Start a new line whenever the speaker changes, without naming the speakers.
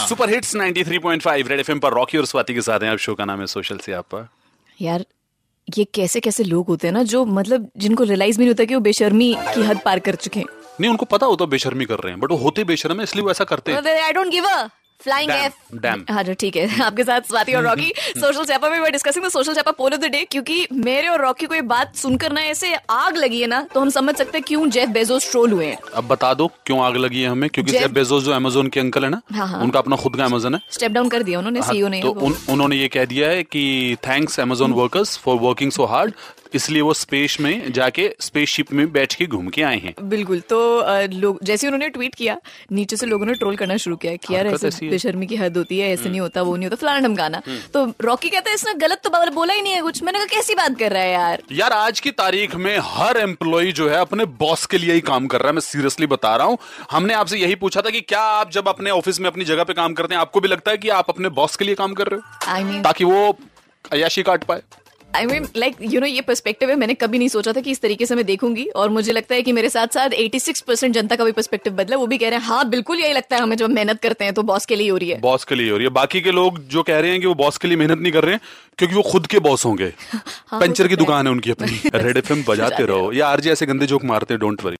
हाँ।
Super hits 93.5 red FM पर Rocky और स्वाति के साथ हैं आप शो का नाम है सोशल से आप
यार ये कैसे कैसे लोग होते हैं ना जो मतलब जिनको रियलाइज भी नहीं होता कि वो बेशर्मी की हद पार कर चुके हैं
नहीं उनको पता होता है बेशर्मी कर रहे हैं बट वो होते बेशर्म है इसलिए वो ऐसा करते हैं
I don't give a flying
Damn,
F
damn.
हाँ जो ठीक है आपके साथ स्वाति और रॉकी सोशल चैपा में डिस्कसिंग द सोशल चैपा पोल ऑफ द डे क्योंकि मेरे और रॉकी को ये बात सुनकर ना ऐसे आग लगी है ना तो हम समझ सकते हैं क्यों जेफ बेजोस ट्रोल हुए हैं
अब बता दो क्यों आग लगी है हमें क्योंकि
Jeff-
जेफ बेजोस जो अमेजोन के अंकल है ना
हाँ, हाँ।
उनका अपना खुद का अमेजोन है
स्टेप डाउन कर दिया उन्होंने
हाँ,
सीईओ ने
तो
वो।
उन, उन्होंने ये कह दिया है कि thanks Amazon workers for working so hard इसलिए वो स्पेस में जाके स्पेसशिप में बैठ के घूम के आए हैं
बिल्कुल तो अ, लोग जैसे ही उन्होंने ट्वीट किया नीचे से लोगों ने ट्रोल करना शुरू किया कि यार
हरकत ऐसी
ऐसे
है। हम्म।
बेशर्मी की हद होती है ऐसे नहीं होता वो नहीं होता फलाना ढमकाना तो रॉकी कहता है इसने गलत तो बोला- बोला ही नहीं है कुछ मैंने कहा कैसी बात कर रहा है यार
तो यार आज की तारीख में हर एम्प्लॉय जो है अपने बॉस के लिए ही काम कर रहा है मैं सीरियसली बता रहा हूँ हमने आपसे यही पूछा था कि क्या आप जब अपने ऑफिस में अपनी जगह पे काम करते हैं आपको भी लगता है कि आप अपने बॉस के लिए काम कर रहे हो
आई मीन
ताकि वो अयाशी काट पाए
I mean like you know ये पर्सपेक्टिव है मैंने कभी नहीं सोचा था कि इस तरीके से मैं देखूंगी और मुझे लगता है कि मेरे साथ साथ 86 परसेंट जनता का भी पर्सपेक्टिव बदला वो भी कह रहे हैं हाँ बिल्कुल यही लगता है हमें जब मेहनत करते हैं तो बॉस के लिए ही हो रही है
बॉस के लिए हो रही है बाकी के लोग जो कह रहे हैं कि वो बॉस के लिए मेहनत नहीं कर रहे हैं क्योंकि वो खुद के बॉस होंगे
हो
पंचर की
सकता है।
दुकान है उनकी अपनी रेड एफ बजाते रहो या आरजे ऐसे गंदे जोक मारते हैं डोंट वरी